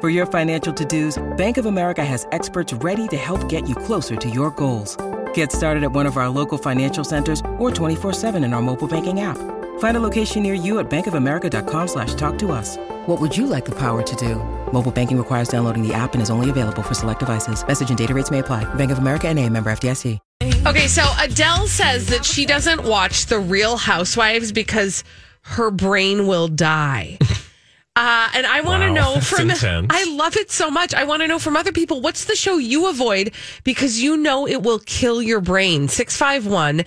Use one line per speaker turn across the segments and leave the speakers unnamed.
For your financial to-dos, Bank of America has experts ready to help get you closer to your goals. Get started at one of our local financial centers or 24-7 in our mobile banking app. Find a location near you at bankofamerica.com slash talk to us. What would you like the power to do? Mobile banking requires downloading the app and is only available for select devices. Message and data rates may apply. Bank of America and a member FDIC.
Okay, so Adele says that she doesn't watch The Real Housewives because her brain will die. Uh, and I want to
Wow,
know
that's
from
intense.
I love it so much. I want to know from other people what's the show you avoid because you know it will kill your brain. 651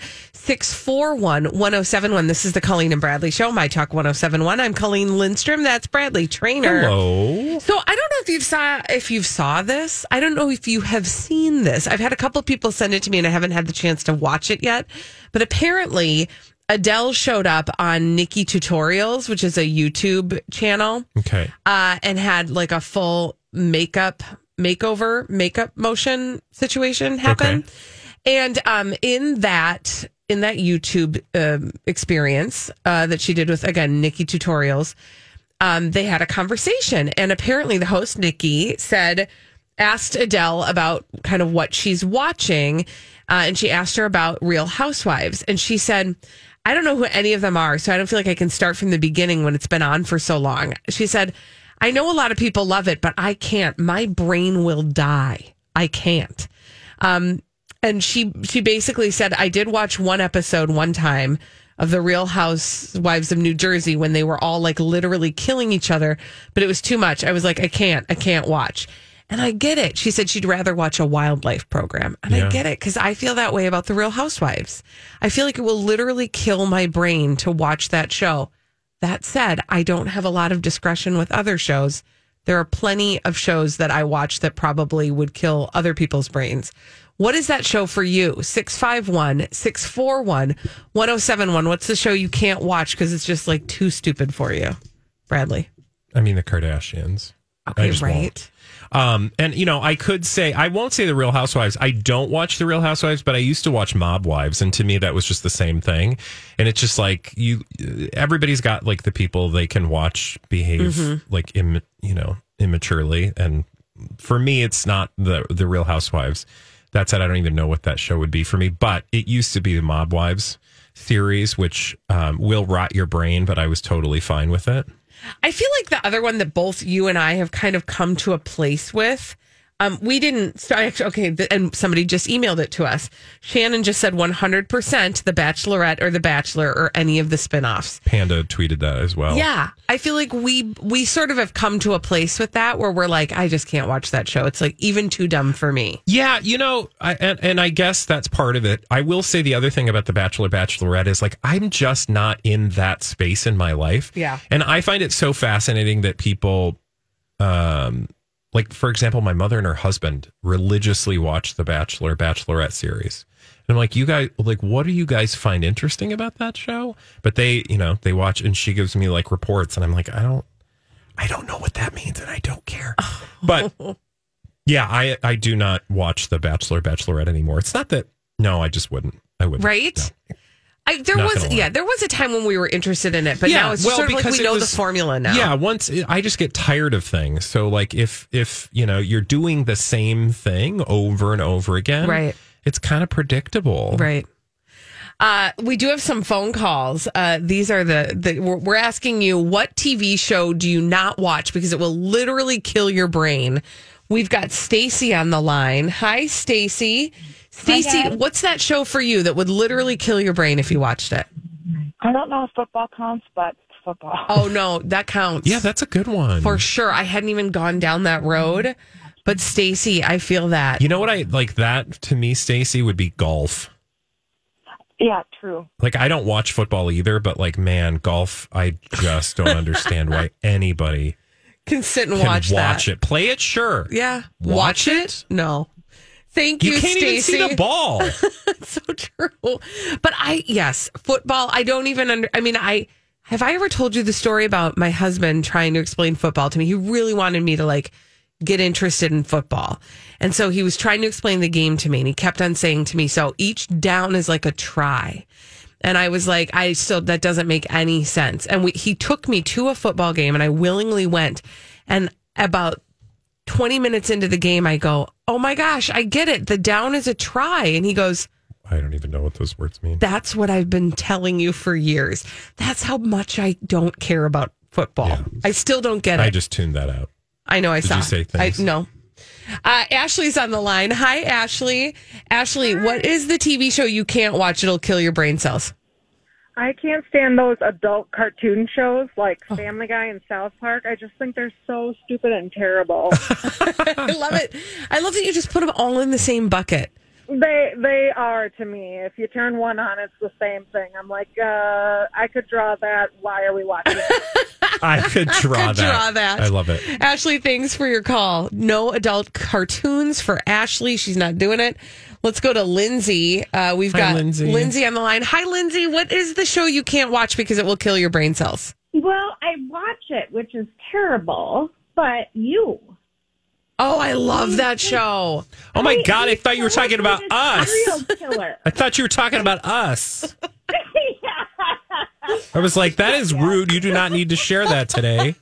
641 1071. This is the Colleen and Bradley Show, My Talk 1071. I'm Colleen Lindstrom. That's Bradley Trainer.
Hello.
So I don't know if you've saw if you've saw this. I don't know if you have seen this. I've had a couple of people send it to me, and I haven't had the chance to watch it yet. But apparently, Adele showed up on Nikki Tutorials, which is a YouTube channel,
Okay.
uh, and had like a full makeup makeover, makeup motion situation happen.
Okay.
And um, in that in that YouTube um, experience uh, that she did with again Nikki tutorials, um, they had a conversation, and apparently the host Nikki said asked Adele about kind of what she's watching, uh, and she asked her about Real Housewives, and she said. I don't know who any of them are, so I don't feel like I can start from the beginning when it's been on for so long. She said, I know a lot of people love it, but I can't. My brain will die. I can't Um, and she she basically said I did watch one episode one time of the Real Housewives of New Jersey when they were all like literally killing each other, but it was too much. I was like, I can't, I can't watch. And I get it. She said she'd rather watch a wildlife program. And I
Yeah.
get it because I feel that way about The Real Housewives. I feel like it will literally kill my brain to watch that show. That said, I don't have a lot of discretion with other shows. There are plenty of shows that I watch that probably would kill other people's brains. What is that show for you? 651 641 1071. What's the show you can't watch because it's just like too stupid for you, Bradley?
I mean the Kardashians. I
Okay,
just
right.
won't. Um, and you know, I could say I won't say the Real Housewives. I don't watch the Real Housewives, but I used to watch Mob Wives, and to me that was just the same thing. And it's just like you, everybody's got like the people they can watch behave like Im, you know immaturely, and for me, it's not the the Real Housewives. That said, I don't even know what that show would be for me, but it used to be the Mob Wives theories, which um, will rot your brain, but I was totally fine with it.
I feel like the other one that both you and I have kind of come to a place with. Um, we didn't start. actually, Okay, th- and somebody just emailed it to us. Shannon just said 100% The Bachelorette or The Bachelor or any of the spinoffs.
Panda tweeted that as well.
Yeah, I feel like we we sort of have come to a place with that where we're like, I just can't watch that show. It's like even too dumb for me.
Yeah, you know, I, and, and I guess that's part of it. I will say the other thing about The Bachelor Bachelorette is like, I'm just not in that space in my life.
Yeah.
And I find it so fascinating that people, um, like, for example, my mother and her husband religiously watch The Bachelor Bachelorette series. And I'm like, you guys, like, what do you guys find interesting about that show? But they, you know, they watch and she gives me like reports and I'm like, I don't, I don't know what that means and I don't care. But yeah, I I do not watch The Bachelor Bachelorette anymore. It's not that no, I just wouldn't. I wouldn't.
Right? I, there
Not
was
gonna lie.
yeah, there was a time when we were interested in it, but now it's sort of like
because
we
it
know
was-
the formula now.
Yeah, once I just get tired of things. So like if if you know you're doing the same thing over and over again,
Right.
It's kind of predictable,
Right. Uh, we do have some phone calls. Uh, these are the, the we're, we're asking you what TV show do you not watch because it will literally kill your brain. We've got Stacy on the line. Hi, Stacy. Stacy, what's that show for you that would literally kill your brain if you watched it?
I don't know if football counts, but it's football.
Oh no, that counts.
Yeah, that's a good one
for sure. I hadn't even gone down that road, but Stacy, I feel that.
You know what I like that to me, Stacy would be golf.
Yeah, true.
Like I don't watch football either, but like man, golf, I just don't understand why anybody
can sit and
can
watch
watch
that.
it. Play it, sure.
Yeah.
Watch
Watch it? No. Thank
You,
you,
can't even see
Stacey.
the ball.
so true. But I, yes, football, I don't even under, I mean, I, have I ever told you the story about my husband trying to explain football to me? He really wanted me to like get interested in football. And so he was trying to explain the game to me and he kept on saying to me, so each down is like a try. And I was like, I still, that doesn't make any sense. And we, he took me to a football game and I willingly went. And about 20 minutes into the game, I go, Oh my gosh, I get it. The down is a try. And he goes,
I don't even know what those words mean.
That's what I've been telling you for years. That's how much I don't care about football. I still don't get it.
I
I,
just tuned that out.
know I
Did
saw.
you say thanks?
I, no. Uh, Ashley's on the line. Hi, Ashley. Ashley, what is the TV show you can't watch? It'll kill your brain cells.
I can't stand those adult cartoon shows like Family Guy and South Park. I just think they're so stupid and terrible.
I love it. I love that you just put them all in the same bucket.
they they are to me. If you turn one on, it's the same thing. I'm like, uh, I could draw that. Why are we watching? it?
I could draw
Could
that.
draw that.
I love it.
Ashley, thanks for your call. No adult cartoons for Ashley. She's not doing it. Let's go to Lindsay. Uh, we've
Hi,
got
Lindsay.
on the line. Hi, Lindsay. What is the show you can't watch because it will kill your brain cells?
Well, I watch it, which is terrible, but you.
Oh, I love that show.
Oh my god! I thought you were talking about
Like a
us.
serial killer.
I thought you were talking about us.
Yeah.
I was like, that is rude. You do not need to share that today.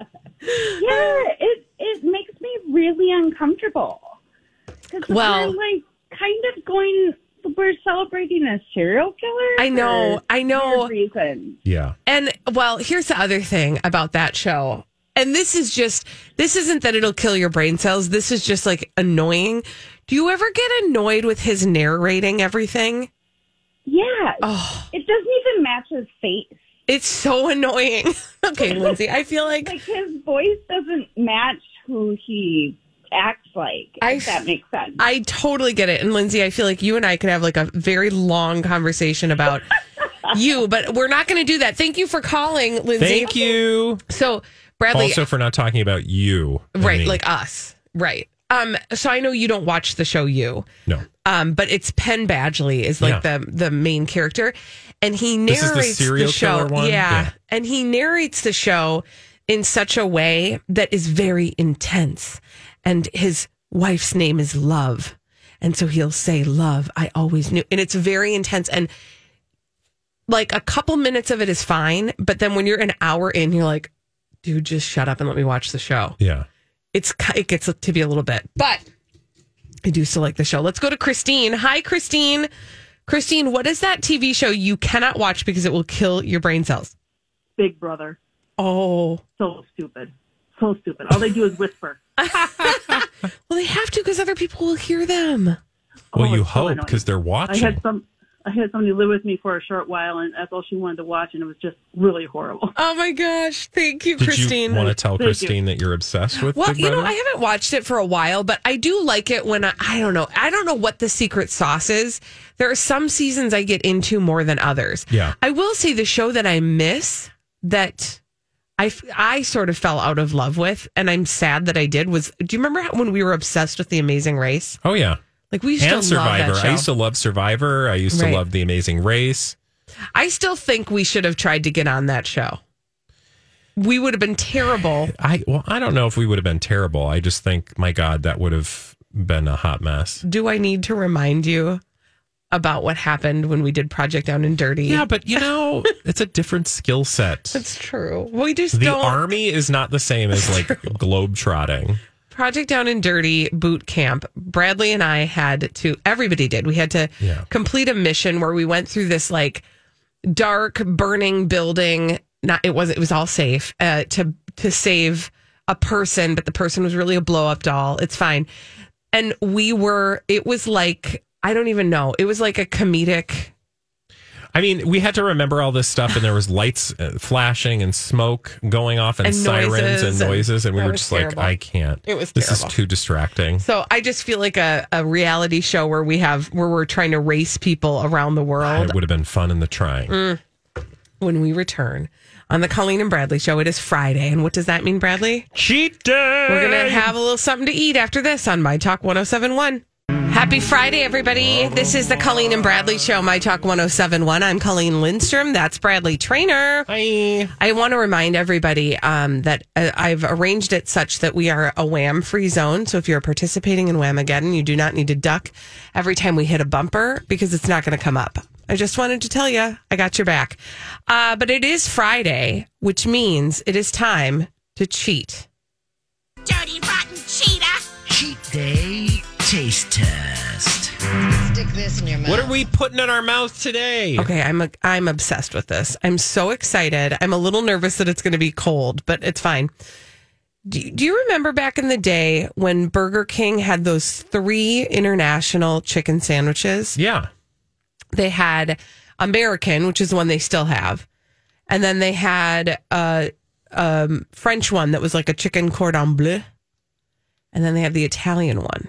yeah, it it makes me really uncomfortable. Cuz
Well-
we're like kind of going we're celebrating a serial killer.
I know,
for
I know.
weird Reasons.
Yeah.
And well, here's the other thing about that show. And this is just, this isn't that it'll kill your brain cells. This is just like annoying. Do you ever get annoyed with his narrating everything?
Yeah.
Oh.
It doesn't even match his face.
It's so annoying. okay, Lindsay, I feel like
Like his voice doesn't match who he acts like.
I-
if that makes sense.
I totally get it. And Lindsay, I feel like you and I could have like a very long conversation about you, but we're not going to do that. Thank you for calling, Lindsay.
Thank you.
So, Bradley,
Also for not talking about you. and
right,
me.
like us. Right. Um so I know you don't watch the show you.
no.
Um but it's Penn Badgley is like
Yeah.
the the main character and he
This is the
narrates
serial
show.
killer one?
Yeah,
Yeah.
And he narrates the show in such a way that is very intense. And his wife's name is Love. And so he'll say, Love, I always knew. And it's very intense. And like a couple minutes of it is fine. But then when you're an hour in, you're like, dude, just shut up and let me watch the show.
Yeah.
It's ki- It gets to be a little bit. But I do still like the show. Let's go to Christine. Hi, Christine. Christine, what is that TV show you cannot watch because it will kill your brain cells?
Big Brother.
Oh.
So stupid. So stupid. All they do is whisper.
Well, they have to because other people will hear them.
Well,
Oh,
you
it's so
hope
annoying.
because they're
I
watching.
had some. I had somebody live with me for a short while, and that's all she wanted to watch, and it was just really horrible.
Oh my gosh. Thank you,
Did
Christine.
you want to tell
Thank you.
Christine that you're obsessed with
well,
Big
you know,
Brother?
I haven't watched it for a while, but I do like it when I, I don't know. I don't know what the secret sauce is. There are some seasons I get into more than others.
Yeah.
I will say the show that I miss that I, f- I sort of fell out of love with, and I'm sad that I did. Was do you remember how- when we were obsessed with The Amazing Race?
oh, yeah.
Like we used
And
to
Survivor.
love that show.
I used to love Survivor. I used
Right.
to love The Amazing Race.
I still think we should have tried to get on that show. We would have been terrible.
I well, I don't know if we would have been terrible. I just think, my God, that would have been a hot mess.
Do I need to remind you about what happened when we did Project Down and Dirty?
Yeah, but you know, it's a different skill set.
That's true. We just
The
don't.
army is not the same as like globe trotting.
Project Down and Dirty boot camp. Bradley and I had to, everybody did. We had to
Yeah.
complete a mission where we went through this like dark, burning building. Not, it was, it was all safe uh, to, to save a person, but the person was really a blow up doll. It's fine. And we were, it was like, I don't even know. It was like a comedic.
I mean, we had to remember all this stuff, and there was lights uh, flashing and smoke going off, and,
And noises,
sirens and
and-
noises, and we
that
were
was
just
terrible.
like, I can't.
It was
this
terrible.
is too distracting.
So I just feel like a, a reality show where we have, where we're trying to race people around the world.
It would have been fun in the trying.
when we return on the Colleen and Bradley show. It is Friday. And what does that mean, Bradley?
Cheat day.
We're going to have a little something to eat after this on My Talk 1071. Happy Friday, everybody. This is the Colleen and Bradley show, My Talk 1071. I'm Colleen Lindstrom. That's Bradley Trainer.
Hi.
I want to remind everybody um, that uh, I've arranged it such that we are a wham free zone. So if you're participating in Whamageddon, you do not need to duck every time we hit a bumper because it's not going to come up. I just wanted to tell you, I got your back. Uh, but it is Friday, which means it is time to cheat.
Dirty rotten cheetah.
Cheat day taste test.
Stick this in your mouth.
What are we putting in our mouth today?
Okay, I'm a, I'm obsessed with this. I'm so excited. I'm a little nervous that it's going to be cold, but it's fine. Do, do you remember back in the day when Burger King had those three international chicken sandwiches?
Yeah.
They had American, which is the one they still have, and then they had a, um French one that was like a chicken cordon bleu, and then they have the Italian one.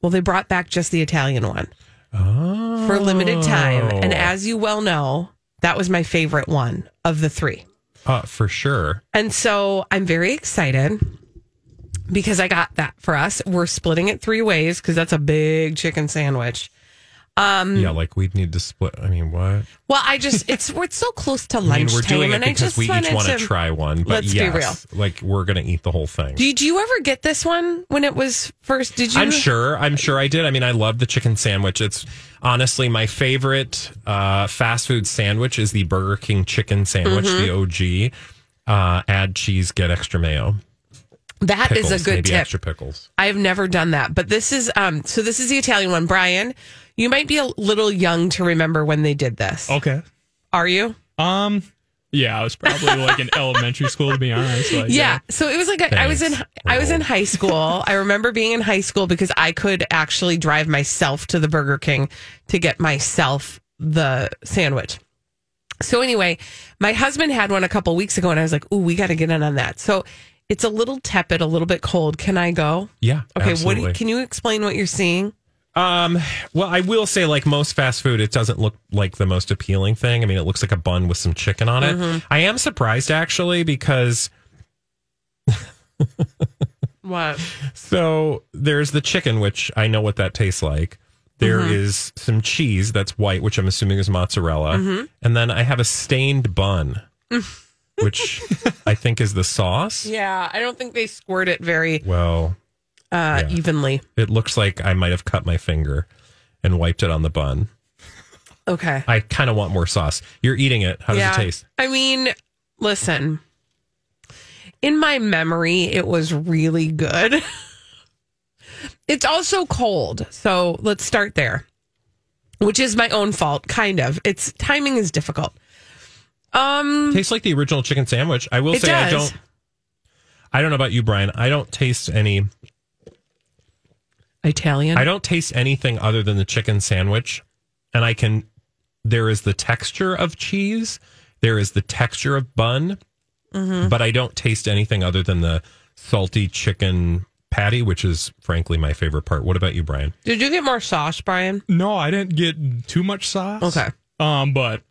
Well, they brought back just the Italian one
Oh.
for a limited time. And as you well know, that was my favorite one of the three.
Uh, for sure.
And so I'm very excited because I got that for us. We're splitting it three ways because that's a big chicken sandwich. Um,
Yeah, like we'd need to split. I mean, what?
Well, I just it's we're so close to
I mean,
lunchtime,
we're doing it
and I
because
just
we each
wanted
want to
to
try one. But
Let's be
yes,
real.
like we're gonna eat the whole thing.
Did you ever get this one when it was first? Did you?
I'm sure. I'm sure I did. I mean, I love the chicken sandwich. It's honestly my favorite uh, fast food sandwich is the Burger King chicken sandwich, the OG. Uh, add cheese, get extra mayo.
That is
Pickles,
a good
maybe
tip.
Extra pickles.
I've never done that, but this is um. So this is the Italian one, Brian. You might be a little young to remember when they did this.
Oh.
Okay.
Are you?
Um. Yeah, I was probably like in elementary school to be honest. Like,
yeah. So it was like a, I was in
Thanks.
I was in
Oh.
high school. I remember being in high school because I could actually drive myself to the Burger King to get myself the sandwich. So anyway, my husband had one a couple weeks ago, and I was like, "Ooh, we got to get in on that." So it's a little tepid, a little bit cold. Can I go?
Yeah.
Okay.
Absolutely.
What do you- can you explain what you're seeing?
Um, well, I will say, like most fast food, it doesn't look like the most appealing thing. I mean, it looks like a bun with some chicken on it. I am surprised actually because
What?
so there's the chicken, which I know what that tastes like. There is some cheese that's white, which I'm assuming is mozzarella, and then I have a stained bun, which I think is the sauce.
Yeah, I don't think they squirt it very
Well,
uh,
Yeah.
evenly.
it looks like I might have cut my finger and wiped it on the bun.
Okay.
I kind of want more sauce. You're eating it. How does it taste?
I mean, listen. In my memory, it was really good. it's also cold, so let's start there. Which is my own fault, kind of. It's timing is difficult. Um,
tastes like the original chicken sandwich. I will
It
say I
does.
don't I don't know about you, Brian. I don't taste any
Italian.
I don't taste anything other than the chicken sandwich. And I can there is the texture of cheese, there is the texture of bun,
Mm-hmm.
but I don't taste anything other than the salty chicken patty, which is frankly my favorite part. What about you, Brian?
Did you get more sauce, Brian?
No, I didn't get too much sauce.
Okay.
Um, but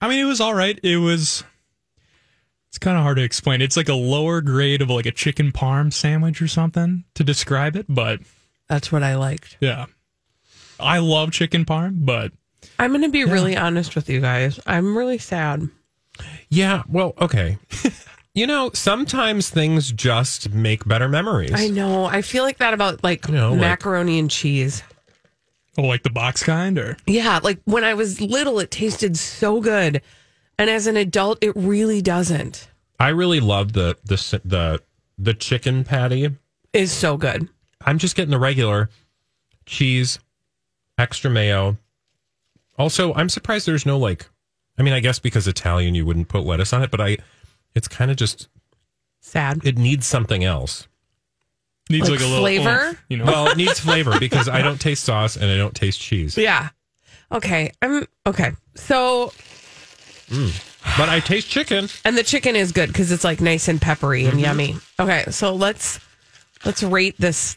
I mean, it was all right. It was. It's kind of hard to explain. It's like a lower grade of like a chicken parm sandwich or something to describe it. But
That's what I liked.
yeah, I love chicken parm, but
I'm going to be really honest with you guys. I'm really sad.
Yeah, well, okay. you know, sometimes things just make better memories.
I know. I feel like that about like
You know, like-
macaroni and cheese.
oh, like the box kind or
Yeah, like when I was little, it tasted so good, and as an adult, it really doesn't.
I really love the the the the chicken patty.
Is so good.
I'm just getting the regular cheese, extra mayo. Also, I'm surprised there's no like. I mean, I guess because Italian, you wouldn't put lettuce on it, but I. It's kind of just.
Sad.
It needs something else.
needs
Like
like, a little
flavor?
oomph, you know,
Well, it needs flavor because I don't taste sauce and I don't taste cheese,
Yeah. Okay. I'm okay. So,
but I taste chicken.
and the chicken is good because it's like nice and peppery and yummy. Okay. So let's let's rate this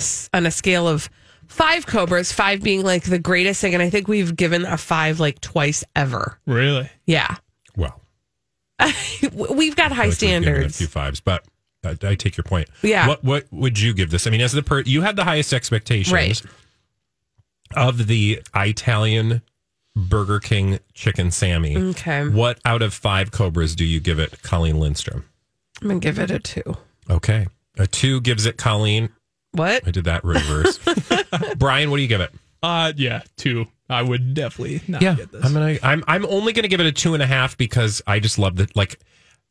s- on a scale of five cobras, five being like the greatest thing. And I think we've given a five like twice ever.
Really?
Yeah.
Well,
We've got high
I feel like we've given it A
standards.
few fives, but I, I take your point.
Yeah.
What What would you give this? I mean, as the per, you had the highest expectations
Right.
of the Italian Burger King chicken Sammy.
Okay.
What out of five cobras do you give it, Colleen Lindstrom?
I'm going to give it a two.
Okay. A two gives it Colleen.
What?
I did that reverse. Brian, what do you give it?
Uh, yeah, two. I would definitely not get this. Oh,
I'm gonna. I'm. I'm only gonna give it a two and a half because I just love that. Like,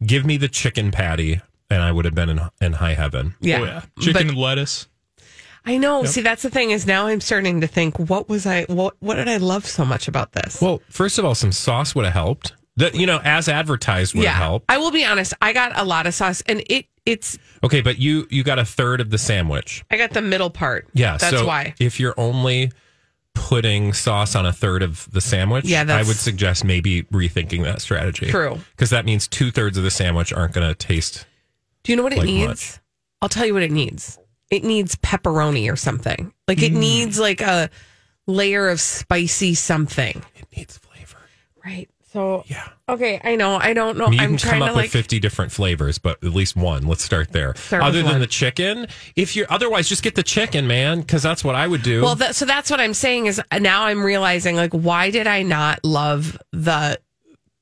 give me the chicken patty, and I would have been in, in high heaven.
Yeah.
Oh, yeah. Chicken and lettuce.
I know.
Yep.
See, that's the thing is now I'm starting to think, what was I, what, what did I love so much about this?
Well, first of all, some sauce would have helped. That you know, as advertised, would have helped.
I will be honest. I got a lot of sauce and it, it's,
Okay, but you you got a third of the sandwich.
I got the middle part.
Yeah,
That's
so
why.
If you're only putting sauce on a third of the sandwich,
Yeah,
I
that's-
would suggest maybe rethinking that strategy.
True.
because that means two thirds of the sandwich aren't going to taste.
Do you know what it
Like
needs?
much.
I'll tell you what it needs. It needs pepperoni or something. Like
Mm.
it needs like a layer of spicy something.
It needs flavor.
Right. So
Yeah.
Okay, I know. I don't know.
I mean, you
I'm
can come
trying
up
to
with
like
50 different flavors, but at least one. Let's start there.
Start with
Other than
one.
the chicken, if you're otherwise, just get the chicken, man, because that's what I would do.
Well, that, so that's what I'm saying is uh, now I'm realizing like why did I not love the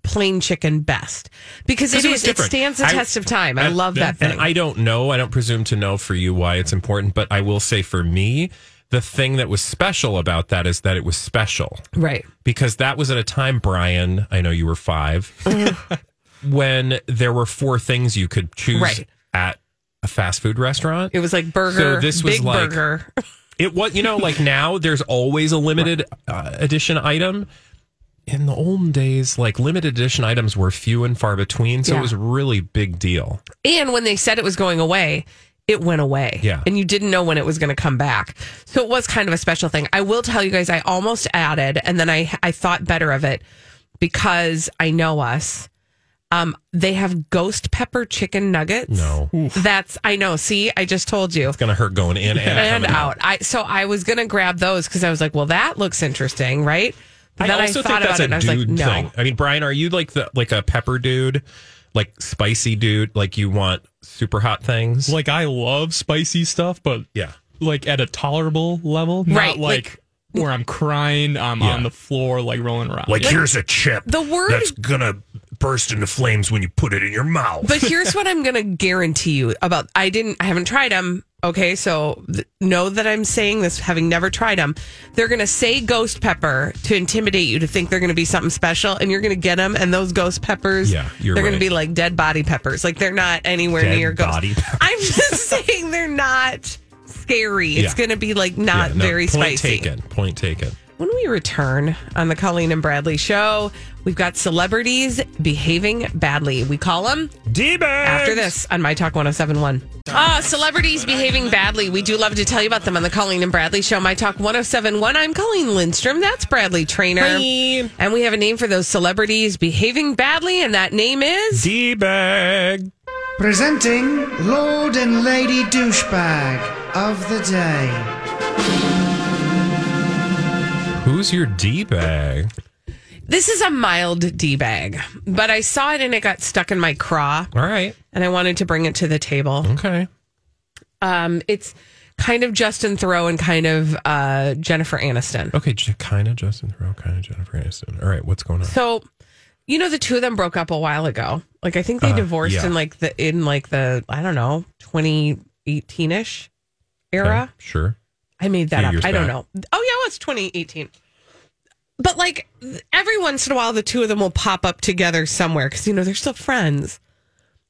plain chicken best? Because it
'Cause
is
was
it
different.
stands the
I-
test of time. I
and-
love that
and
thing.
I don't know. I don't presume to know for you why it's important, but I will say for me, the thing that was special about that is that it was special
right.
because that was at a time, Brian. I know you were five when there were four things you could choose
Right.
at a fast food restaurant.
It was like burger,
So this was
big
like-
burger.
It was, you know, like now there's always a limited uh, edition item. In the olden days, like limited edition items were few and far between, so
Yeah.
it was a really big deal.
And when they said it was going away, it went away.
Yeah.
And you didn't know when it was going to come back. So it was kind of a special thing. I will tell you guys, I almost added and then I, I thought better of it because I know us. Um, they have ghost pepper chicken nuggets.
No.
That's, I know. See, I just told you.
It's gonna hurt going in and,
And
coming
out. I so I was gonna grab those because I was like, well, that looks interesting, right? But
I also think that's a dude thing. I mean, Brian, are you like the like a pepper dude, like spicy dude? Like you want super hot things?
Like, I love spicy stuff, but
yeah,
like at a tolerable level,
Right,
not like, where I'm crying, I'm
Yeah.
on the floor, like rolling around.
a chip
The word- that's
gonna burst into flames when you put it in your mouth.
but here's what I'm going to guarantee you about I didn't I haven't tried them. Okay, so th- know that I'm saying this having never tried them. They're going to say ghost pepper to intimidate you to think they're going to be something special and you're going to get them and those ghost peppers
Yeah, you're
they're going
right.
to be like dead body peppers. Like they're not anywhere
Dead
near ghost.
body peppers.
I'm just saying they're not scary. It's
Yeah.
going to be like not
Yeah, no,
very
point
spicy.
Taken. Point taken.
When we return on the Colleen and Bradley show, we've got celebrities behaving badly. We call them
D
after this on My Talk 1071. Ah, celebrities behaving badly. We do love to tell you about them on the Colleen and Bradley show, My Talk 1071. I'm Colleen Lindstrom. That's Bradley Trainer.
Hi.
And we have a name for those celebrities behaving badly, and that name is
D bag.
Presenting Lord and Lady Douchebag of the Day.
Who's your D bag?
this is a mild D bag, but I saw it and it got stuck in my craw,
All right.
and I wanted to bring it to the table.
Okay.
Um, it's kind of Justin Thoreau and kind of uh, Jennifer Aniston.
Okay. Kind of Justin Thoreau. Kind of Jennifer Aniston. All right. What's going on?
So You know, the two of them broke up a while ago. Like I think they
Uh,
divorced
yeah.
in like the in like the I don't know twenty eighteen ish era.
Okay, sure.
I made that
Few
up.
years
I don't
back.
know. Oh yeah, well, it's 2018. But like th- every once in a while, the two of them will pop up together somewhere because you know they're still friends.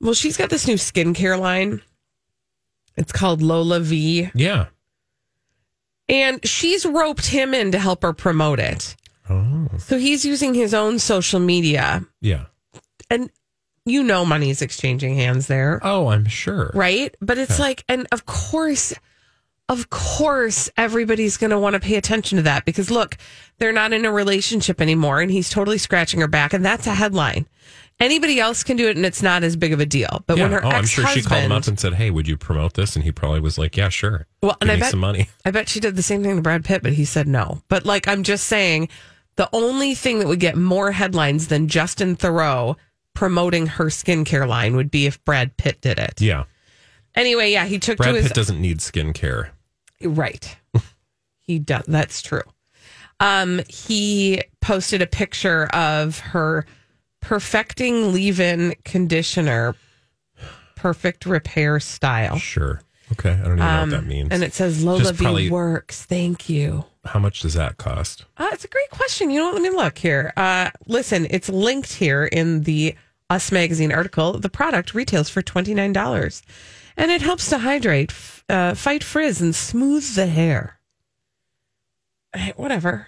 Well, she's got this new skincare line. It's called Lola V,
Yeah.
and she's roped him in to help her promote it.
Oh.
So he's using his own social media,
Yeah.
and you know money's exchanging hands there.
Oh, I'm sure.
right? But it's
Yeah.
like, and of course, of course, everybody's going to want to pay attention to that because look, they're not in a relationship anymore, and he's totally scratching her back, and that's a headline. Anybody else can do it, and it's not as big of a deal. But when
Yeah.
her
oh, I'm
ex
sure she called him up
husband,
and said, "Hey, would you promote this?" And he probably was like, "Yeah, sure.
well, and
Give
I
me
bet
some money."
I bet she did the same thing to Brad Pitt, but he said no. But like, I'm just saying, the only thing that would get more headlines than Justin Thoreau promoting her skincare line would be if Brad Pitt did it.
Yeah.
Anyway, yeah, he took
Brad
to his
Pitt doesn't need skincare.
Right. he does. That's true. Um, he posted a picture of her perfecting leave-in conditioner, perfect repair style.
Sure. Okay. I don't even
Oh. Um,
know what that means.
And it says Lola
Just
V
probably-
works. Thank you.
How much does that cost?
Uh, it's a great question. You know what? Let me look here. Uh, listen, it's linked here in the Us Magazine article. The product retails for $29 and it helps to hydrate, f- uh, fight frizz, and smooth the hair. Eh, whatever.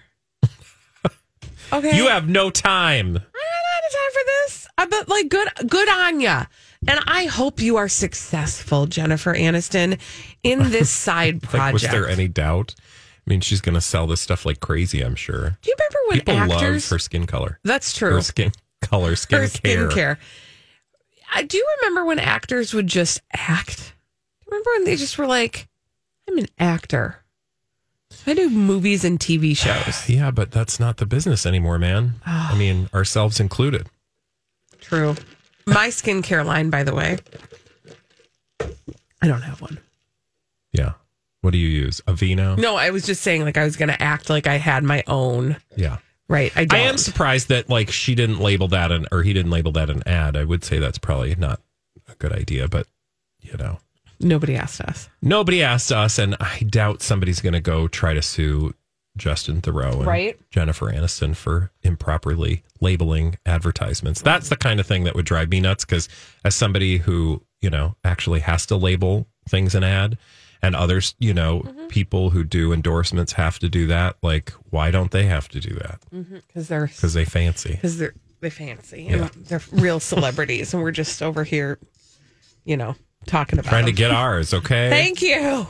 Okay.
You have no time.
I don't have time for this. Uh, but like, good, good on ya. And I hope you are successful, Jennifer Aniston, in this side
Like, was
project.
there any doubt? I mean, she's going to sell this stuff like crazy. I'm sure.
Do you remember when
People
actors?
love her skin color.
That's true.
Her skin color,
her
skincare.
skincare. I do remember when actors would just act. Remember when they just were like, "I'm an actor. I do movies and TV shows."
Yeah, but that's not the business anymore, man. I mean, ourselves included.
True. My skincare line, by the way, I don't have one.
Yeah. What do you use? Aveeno.
No, I was just saying, like, I was going to act like I had my own.
Yeah.
Right. I don't.
I am surprised that like she didn't label that an or he didn't label that an ad. I would say that's probably not a good idea, but you know,
Nobody asked us.
nobody asked us, and I doubt somebody's going to go try to sue Justin Thoreau and
Right.
Jennifer Aniston for improperly labeling advertisements. That's the kind of thing that would drive me nuts because as somebody who you know actually has to label things an ad. And others, you know,
Mm-hmm.
people who do endorsements have to do that. Like, why don't they have to do that?
Mm. Because they're
Because they fancy.
because they're they fancy.
Yeah.
And they're real celebrities, and we're just over here, you know, talking about
Trying to
them.
get ours, okay?
Um, Thank you.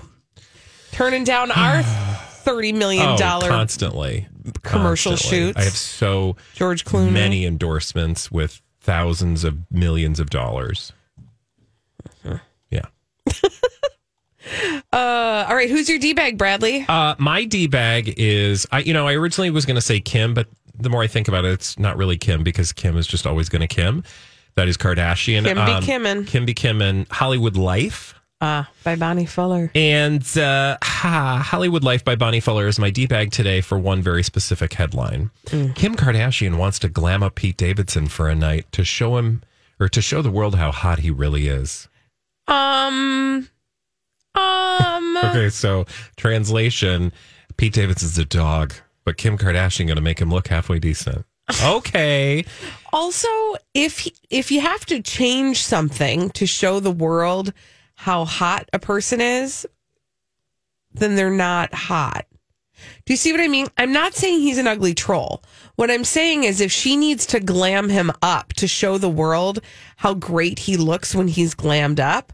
Turning down our thirty million dollar
Oh, constantly
commercial
Constantly.
shoots.
I have so
George Clooney.
many endorsements with thousands of millions of dollars. Yeah.
Uh, all right, who's your d bag, Bradley?
Uh, my d bag is I. You know, I originally was going to say Kim, but the more I think about it, it's not really Kim because Kim is just always going to Kim. That is Kardashian.
Kim
Um,
B. Kimmin.
Kim B. Kimmin. Hollywood Life.
Uh, by Bonnie Fuller.
And uh, ha, Hollywood Life by Bonnie Fuller is my D bag today for one very specific headline. Kim Kardashian wants to glam up Pete Davidson for a night to show him or to show the world how hot he really is.
Um, um,
Okay, so translation Pete Davidson's a dog, but Kim Kardashian going to make him look halfway decent. Okay.
Also, if if you have to change something to show the world how hot a person is, then they're not hot. Do you see what I mean? I'm not saying he's an ugly troll. What I'm saying is if she needs to glam him up to show the world how great he looks when he's glammed up,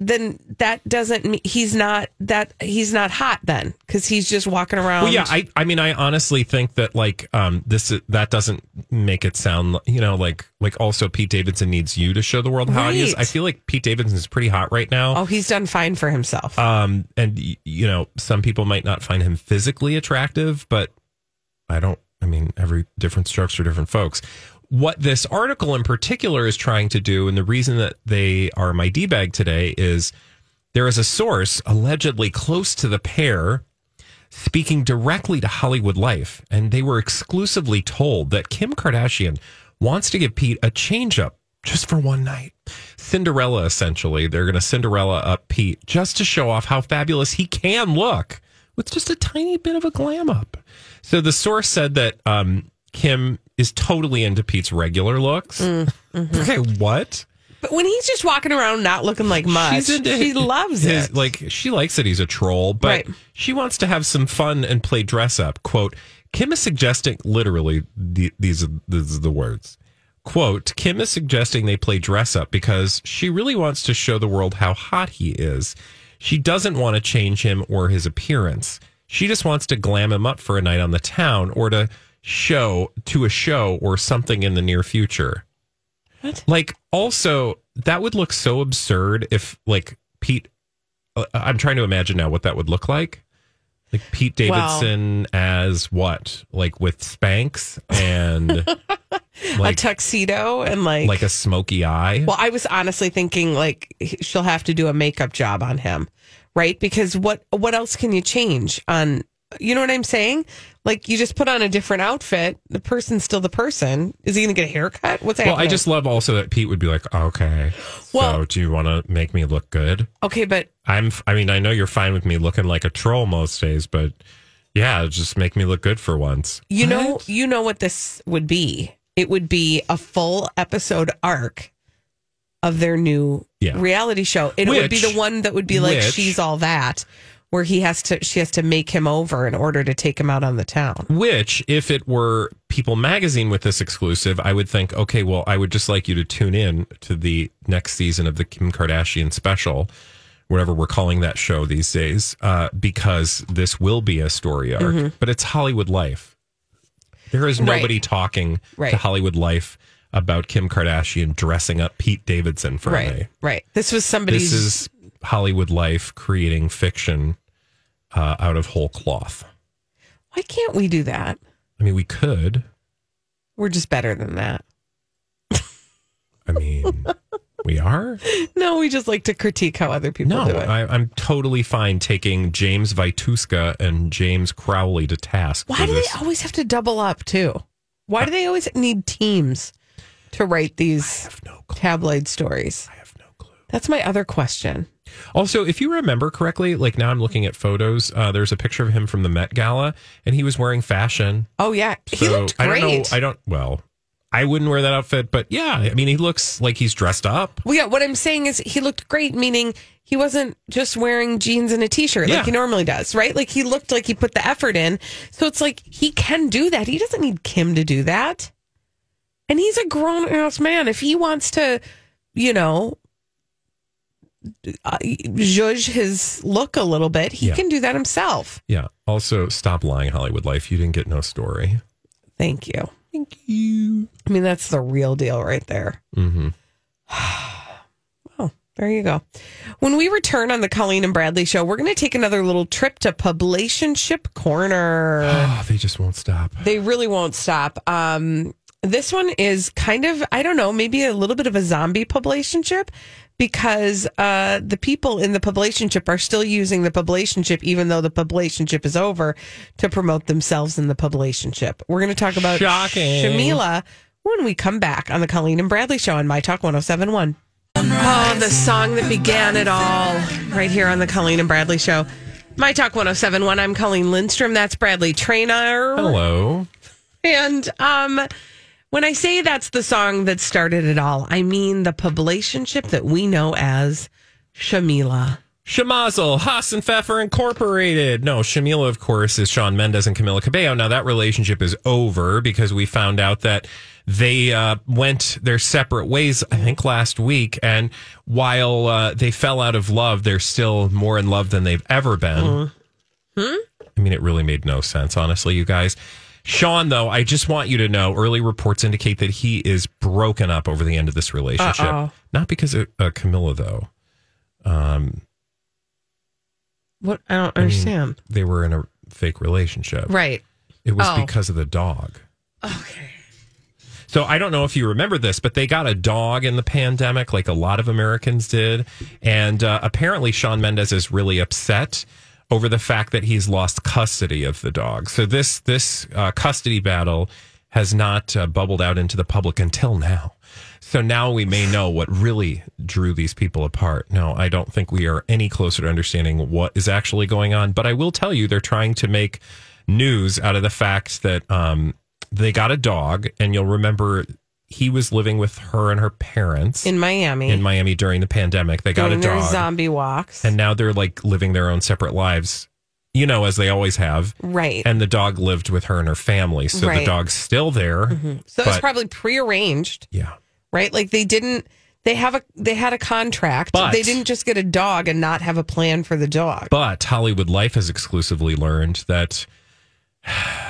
then that doesn't mean he's not that he's not hot then cuz he's just walking around
Well, yeah, I, I mean, I honestly think that like um, this is- that doesn't make it sound li- you know like like also Pete Davidson needs you to show the world how he is.
Right.
I feel like Pete Davidson is pretty hot right now.
Oh, he's done fine for himself.
Um, and y- you know, some people might not find him physically attractive, but I don't. I mean, every different strokes for different folks. What this article in particular is trying to do, and the reason that they are my d bag today is there is a source allegedly close to the pair speaking directly to Hollywood Life, and they were exclusively told that Kim Kardashian wants to give Pete a change up just for one night. Cinderella, essentially. They're going to Cinderella up Pete just to show off how fabulous he can look with just a tiny bit of a glam up. So the source said that um, Kim is totally into Pete's regular looks.
Mm, mm-hmm.
Okay, what?
But when he's just walking around not looking like much,
She's into
she loves
his-
it.
Like she likes that he's a troll, but
Right.
she wants to have some fun and play dress up. Quote: Kim is suggesting literally the, these are these are the words. Quote: Kim is suggesting they play dress up because she really wants to show the world how hot he is. She doesn't want to change him or his appearance. She just wants to glam him up for a night on the town or to show to a show or something in the near future. Like, also, that would look so absurd if, like, Pete. uh, I'm trying to imagine now what that would look like. Like Pete
Well-
Davidson as what? Like with Spanx and
a
like
tuxedo and like,
like a smoky eye.
well, I was honestly thinking like he- she'll have to do a makeup job on him, right? Because what what else can you change on? You know what I'm saying? Like you just put on a different outfit. The person's still the person. Is he going to get a haircut? What's
Well,
happening?
I just love also that Pete would be like, okay, so
Well-
do you want to make me look good?
okay, but
I'm, f- I mean, I know you're fine with me looking like a troll most days, but yeah, just make me look good for once.
You know, you know what this would be. It would be a full episode arc of their new
Yeah.
reality show. And it would be
Which-
the one that would be like
which-
she's all that, where he has to she has to make him over in order to take him out on the town.
Which, if it were People Magazine with this exclusive, I would think, okay, well, I would just like you to tune in to the next season of the Kim Kardashian special, whatever we're calling that show these days, uh, because this will be a story arc.
Mm-hmm.
Mhm.
But it's Hollywood Life. There is
Right.
nobody talking
Right.
to Hollywood Life about Kim Kardashian dressing up Pete Davidson for
right.
a day.
Right. This was somebody's
This is Hollywood Life creating fiction uh, out of whole cloth.
why can't we do that?
I mean, we could.
We're just better than that.
I mean, we are.
No, we just like to critique how other people
No,
do it.
I, I'm totally fine taking James Vituska and James Crowley to task.
Why
for
do
this.
they always have to double up too? Why do they always need teams to write these tabloid stories? I have no clue. That's my other question.
Also, if you remember correctly, like now I'm looking at photos. Uh, there's a picture of him from the Met Gala, and he was wearing fashion.
Oh yeah, he looked
I
great.
don't know. I don't. Well, I wouldn't wear that outfit, but yeah, I mean, he looks like he's dressed up.
well, yeah, what I'm saying is he looked great, meaning he wasn't just wearing jeans and a t-shirt
Yeah.
like he normally does, right? Like he looked like he put the effort in. So it's like he can do that. He doesn't need Kim to do that. And he's a grown ass man. If he wants to, you know, uh, zhuzh his look a little bit, he
Yeah.
can do that himself.
Yeah. Also, stop lying, Hollywood Life. You didn't get no story.
Thank you. Thank you. I mean, that's the real deal right there.
Mm-hmm.
Oh, there you go. When we return on the Colleen and Bradley show, we're going to take another little trip to Publicationship Corner.
Oh, they just won't stop.
they really won't stop. Um, this one is kind of, I don't know, maybe a little bit of a zombie publicationship because uh, the people in the publicationship are still using the publicationship, even though the publicationship is over, to promote themselves in the publicationship. We're going to talk about
Shocking.
Shamila when we come back on the Colleen and Bradley show on My Talk 1071. Oh, the song that began it all right here on the Colleen and Bradley show. My Talk 1071. I'm Colleen Lindstrom. That's Bradley Trainer.
Hello.
And um, when I say that's the song that started it all, I mean the publicationship that we know as Shamila.
Shemazel, Haas and Pfeffer Incorporated. No, Shamila, of course, is Sean Mendez and Camila Cabello. Now that relationship is over because we found out that they uh, went their separate ways. I think last week, and while uh, they fell out of love, they're still more in love than they've ever been. I mean, it really made no sense, honestly, you guys. Sean, though, I just want you to know early reports indicate that he is broken up over the end of this relationship.
Uh-oh.
Not because of uh, Camilla, though. Um,
What? I don't
I mean,
understand.
they were in a fake relationship.
Right.
It was
Oh.
because of the dog. Okay. So I don't know if you remember this, but they got a dog in the pandemic, like a lot of Americans did. And uh, apparently, Sean Mendez is really upset over the fact that he's lost custody of the dog. So this this uh, custody battle has not uh, bubbled out into the public until now. So now we may know what really drew these people apart. No, I don't think we are any closer to understanding what is actually going on. But I will tell you, they're trying to make news out of the fact that um, they got a dog, and you'll remember he was living with her and her parents
in Miami.
in Miami during the pandemic. They got
doing
a dog,
their zombie walks.
and now they're like living their own separate lives, you know, as they always have.
Right.
And the dog lived with her and her family, so
Right. Mm-hmm.
the dog's still there.
So it's
but-
probably prearranged.
Yeah.
Right? Like they didn't they have a they had a contract.
But-
they didn't just get a dog and not have a plan for the dog.
But Hollywood Life has exclusively learned that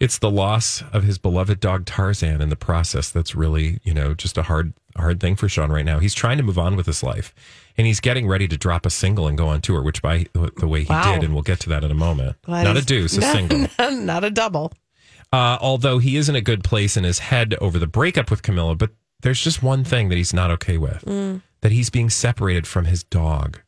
it's the loss of his beloved dog Tarzan in the process that's really, you know, just a hard hard thing for Sean right now. He's trying to move on with his life and he's getting ready to drop a single and go on tour, which by the way he
Wow.
did and we'll get to that in a moment.
Glad
Not a
he's-
deuce, a single.
Not a double.
Uh, although he is in a good place in his head over the breakup with Camilla, but there's just one thing that he's not okay with. That he's being separated from his dog.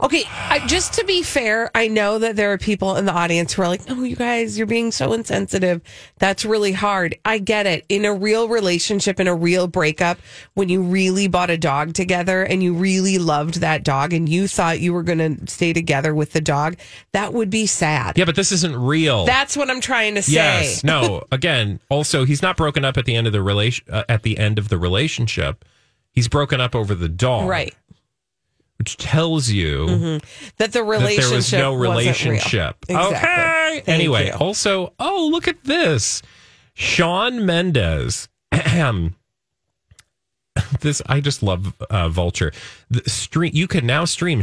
Okay, I, just to be fair, I know that there are people in the audience who are like, "No, you guys, you're being so insensitive. That's really hard." I get it. In a real relationship, in a real breakup, when you really bought a dog together and you really loved that dog and you thought you were going to stay together with the dog, that would be sad.
Yeah, but this isn't real.
That's what I'm trying to say.
Yes. No. Again, also he's not broken up at the end of the relation uh, at the end of the relationship. He's broken up over the dog,
Right.
Which tells you
That the
that
relationship
there was no
wasn't real.
relationship.
Exactly.
Okay.
Thank
anyway,
you.
also, oh look at this, Sean Mendez. Ahem. this I just love uh, Vulture. The stream you can now stream.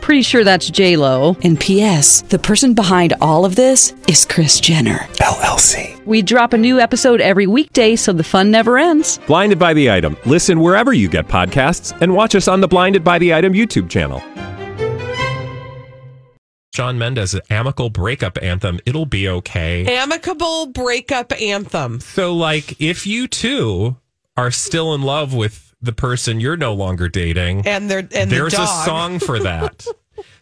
Pretty sure that's J Lo. And P.S. The person behind all of this is Chris Jenner LLC. We drop a new episode every weekday, so the fun never ends.
Blinded by the item. Listen wherever you get podcasts, and watch us on the Blinded by the Item YouTube channel.
Sean Mendez amicable breakup anthem. It'll be okay.
Amicable breakup anthem.
So, like, if you too are still in love with the person you're no longer dating,
And there and
there's
the
a
dog.
song for that.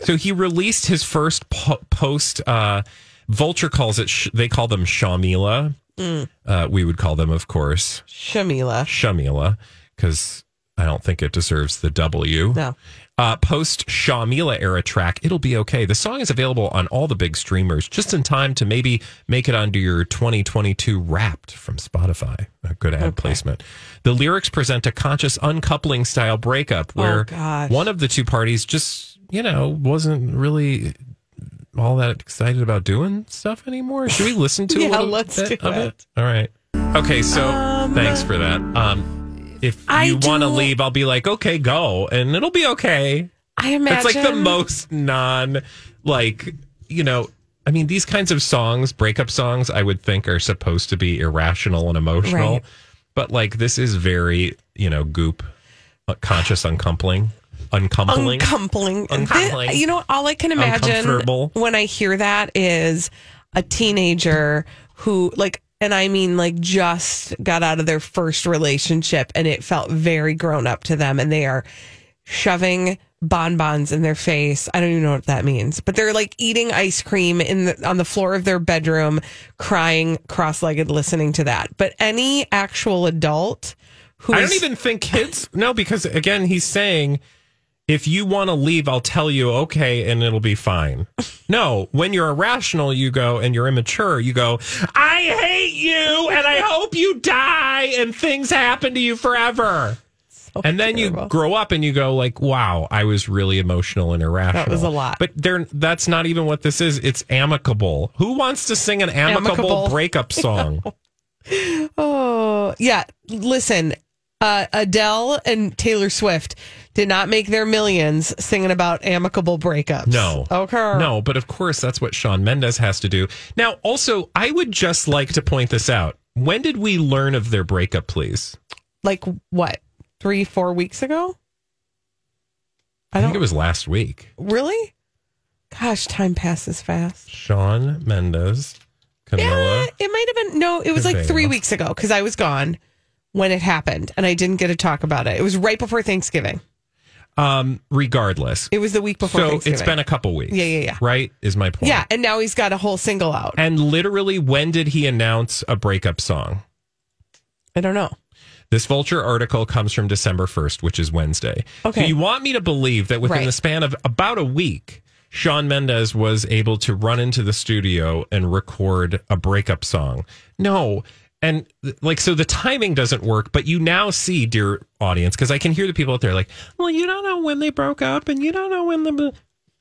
so he released his first po- post. Uh, Vulture calls it. Sh- they call them Shamila.
Mm.
Uh, we would call them, of course,
Shamila.
Shamila, because I don't think it deserves the W.
No.
Uh, post Shamila era track, it'll be okay. The song is available on all the big streamers, just in time to maybe make it onto your 2022 Wrapped from Spotify. A good ad placement. The lyrics present a conscious uncoupling style breakup where
Oh, gosh.
one of the two parties just, you know, wasn't really all that excited about doing stuff anymore. Should we listen to
Yeah,
a little
let's
bit
do
of
it.
it? All right. Okay, so thanks for that. Um, if you want to leave, I'll be like, okay, go, and it'll be okay.
I
It's like the
imagine-
most non, like you know. I mean, these kinds of songs, breakup songs, I would think are supposed to be irrational and emotional,
Right.
but like this is very, you know, goop, uh, conscious uncoupling, uncoupling,
Uncoupling.
Uncoupling.
Thi- You know, all I can imagine
Uncomfortable.
when I hear that is a teenager who, like, and I mean, like, just got out of their first relationship and it felt very grown up to them and they are shoving bonbons in their face. I don't even know what that means, but they're like eating ice cream in the, on the floor of their bedroom, crying cross-legged listening to that. But any actual adult who
I
is-
don't even think kids. No, because again, he's saying if you want to leave, I'll tell you okay, and it'll be fine. No, when you're irrational, you go and you're immature. You go, I hate you, and I hope you die, and things happen to you forever. and then you grow up and you go like, "Wow, I was really emotional and irrational."
That was a lot.
But they're, that's not even what this is. It's amicable. Who wants to sing an amicable,
Amicable.
breakup song?
Oh, yeah. Listen, uh, Adele and Taylor Swift did not make their millions singing about amicable breakups.
No.
Okay.
No, but of course that's what Sean Mendes has to do. Now, also, I would just like to point this out. When did we learn of their breakup, please?
Like what? Three, four weeks ago?
I, think it was last week.
Really? Gosh, time passes fast.
Sean Mendes, Camilla.
It might have been, no, it was like
Conveyance.
three weeks ago because I was gone when it happened and I didn't get to talk about it. It was right before Thanksgiving.
Um, regardless.
It was the week before
So
Thanksgiving.
it's been a couple weeks.
Yeah, yeah, yeah.
Right? Is my point.
Yeah, and now he's got a whole single out.
And literally, when did he announce a breakup song?
I don't know.
This Vulture article comes from December 1st, which is Wednesday.
Okay.
So you want me to believe that within
Right.
the span of about a week, Sean Mendez was able to run into the studio and record a breakup song. No. And like, so the timing doesn't work, but you now see, dear audience, because I can hear the people out there like, well, you don't know when they broke up and you don't know when the.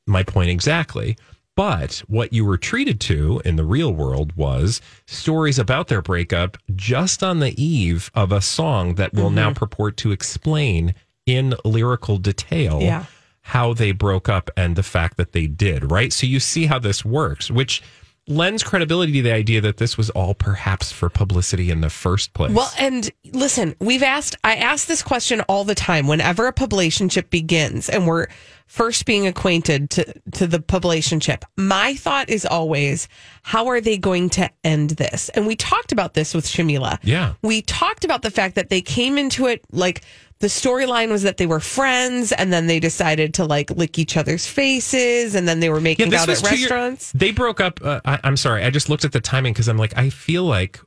My point exactly. But what you were treated to in the real world was stories about their breakup just on the eve of a song that will now
Mm-hmm.
purport to explain in lyrical detail
Yeah.
how they broke up and the fact that they did, right? So you see how this works, which lends credibility to the idea that this was all perhaps for publicity in the first place.
Well, and listen, we've asked, I ask this question all the time whenever a publicationship begins and we're first being acquainted to, to the publicationship. My thought is always, how are they going to end this? And we talked about this with Shamila.
Yeah.
We talked about the fact that they came into it like the storyline was that they were friends and then they decided to like lick each other's faces and then they were making out at
two year-
restaurants.
they broke up. Uh, I, I'm sorry. I just looked at the timing because I'm like, I feel like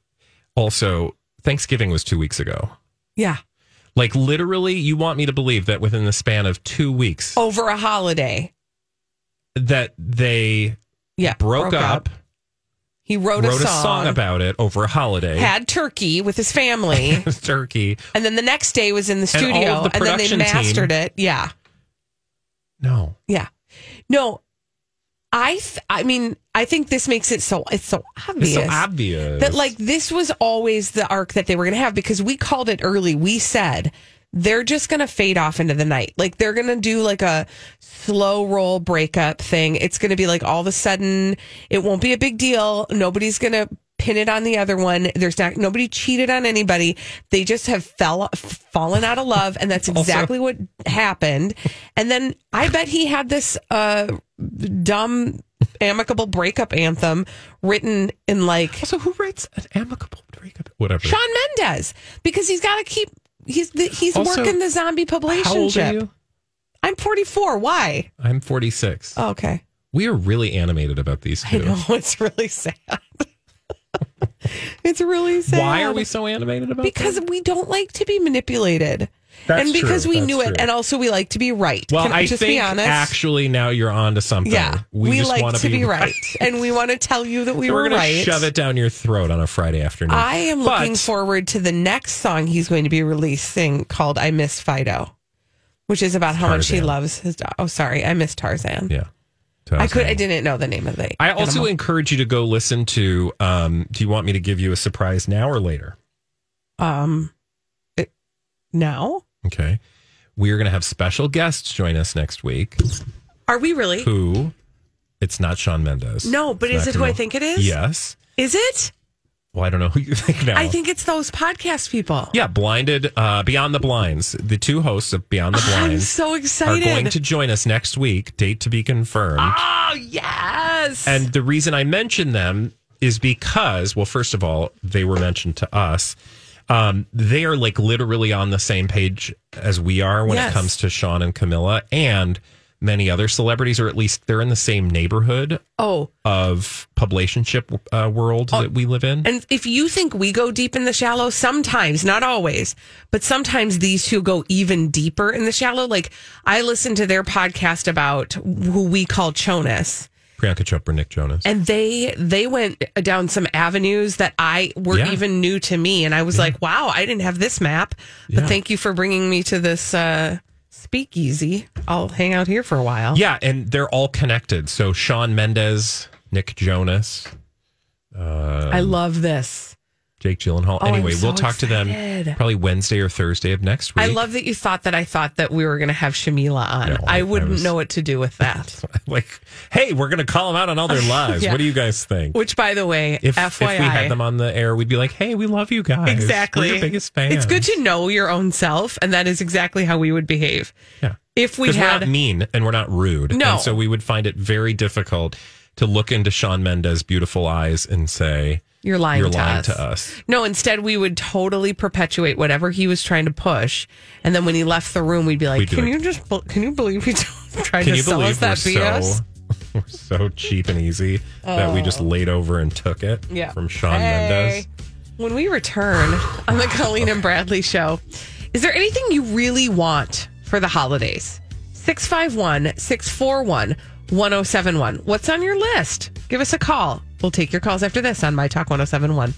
also Thanksgiving was two weeks ago.
yeah.
Like literally, you want me to believe that within the span of two weeks
Over a holiday.
that they
Yeah.
broke, up,
He wrote,
wrote, a, song. about it over a holiday,
had turkey with his family,
turkey.
and then the next day was in the
And all of
studio, and,
the
then they
production team-
mastered it. Yeah,
No,
yeah. No, I. Th- I mean, I think this makes it so it's so
it's
obvious.
so obvious
That like this was always the arc that they were going to have because we called it early. We said they're just going to fade off into the night. Like they're going to do like a slow roll breakup thing. It's going to be like all of a sudden it won't be a big deal. Nobody's going to pin it on the other one. There's not nobody cheated on anybody. They just have fell fallen out of love and that's
Also-
exactly what happened. And then I bet he had this uh dumb amicable breakup anthem written in like
also who writes an amicable breakup whatever.
Sean Mendez because he's got to keep he's the, he's
Also,
working the zombie
How old are
publicationship.
you?
I'm 44. Why?
I'm 46.
Oh, okay,
We are really animated about these
I
two.
know it's really sad. it's really sad.
Why are we so animated about
Because
them?
we don't like to be manipulated.
That's
and because
true,
we
that's
knew
true.
it, and also we like to be right.
Well,
Can
I
just
think
be honest?
actually now you're on to something.
yeah, we,
just
like
wanna
to be, right. and we want to tell you that we
So
were
we're gonna
right.
shove it down your throat on a Friday afternoon.
I am
But-
looking forward to the next song he's going to be releasing called I Miss Fido, which is about how much he
Tarzan.
loves his dog. Oh, sorry. I miss Tarzan.
Yeah.
I could I didn't know the name of the
I also
animal.
encourage you to go listen to. Um, do you want me to give you a surprise now or later?
um it, now?
Okay. We are going to have special guests join us next week.
Are we really?
Who? It's not Sean Mendes.
No, but is
It's not
it who I
Camille.
think it is?
Yes.
Is it?
Well, I don't know who you think now.
I think it's those podcast people.
Yeah, blinded. Uh, Beyond the Blinds. The two hosts of Beyond the
I'm
Blinds
so
are
excited.
going to join us next week. Date to be confirmed.
oh yes.
And the reason I mention them is because, well, first of all, they were mentioned to us. Um, they are like literally on the same page as we are when
Yes.
it comes to Sean and Camilla and many other celebrities, or at least they're in the same neighborhood
oh.
of publicationship uh, world that we live in.
And if you think we go deep in the shallow, sometimes, not always, but sometimes these two go even deeper in the shallow. Like I listened to their podcast about who we call Jonas.
Priyanka Chopra, Nick Jonas.
and they they went down some avenues that I were
Yeah.
even new to me, and I was like, "Wow, I didn't have this map." But
Yeah.
thank you for bringing me to this uh, speakeasy. I'll hang out here for a while.
Yeah, and they're all connected. So Sean Mendez, Nick Jonas, uh,
I love this.
Jake Gyllenhaal.
Oh, I'm
anyway,
so
we'll talk to
excited.
them probably Wednesday or Thursday of next week.
I love that you thought that I thought that we were going to have Shamila on.
No, I-
I
I
wouldn't
was-
know what to do with that.
like, hey, we're gonna call them out on all their lies.
Yeah.
What do you guys think?
Which, by the way,
If,
FYI,
if we had them on the air, we'd be like, hey, we love you guys.
Exactly.
We're your biggest fans.
It's good to know your own self, and that is exactly how we would behave.
Yeah.
If we
'Cause we're
had
not mean and we're not rude.
No.
And so we would find it very difficult to look into Sean Mendez's beautiful eyes and say,
You're lying
You're
to
lying
us."
to us.
No, instead we would totally perpetuate whatever he was trying to push, and then when he left the room, we'd be like,
We'd be
"Can
like-
you just bel- can you believe we tried
Can
to
you
sell us
believe we're
that BS?"
so, we're so cheap and easy that we just laid over and took it
Yeah.
from Sean
Hey.
Mendez?
When we return on the Colleen and Bradley show, is there anything you really want for the holidays? 651 641 1071. What's on your list? Give us a call. We'll take your calls after this on My Talk 1071.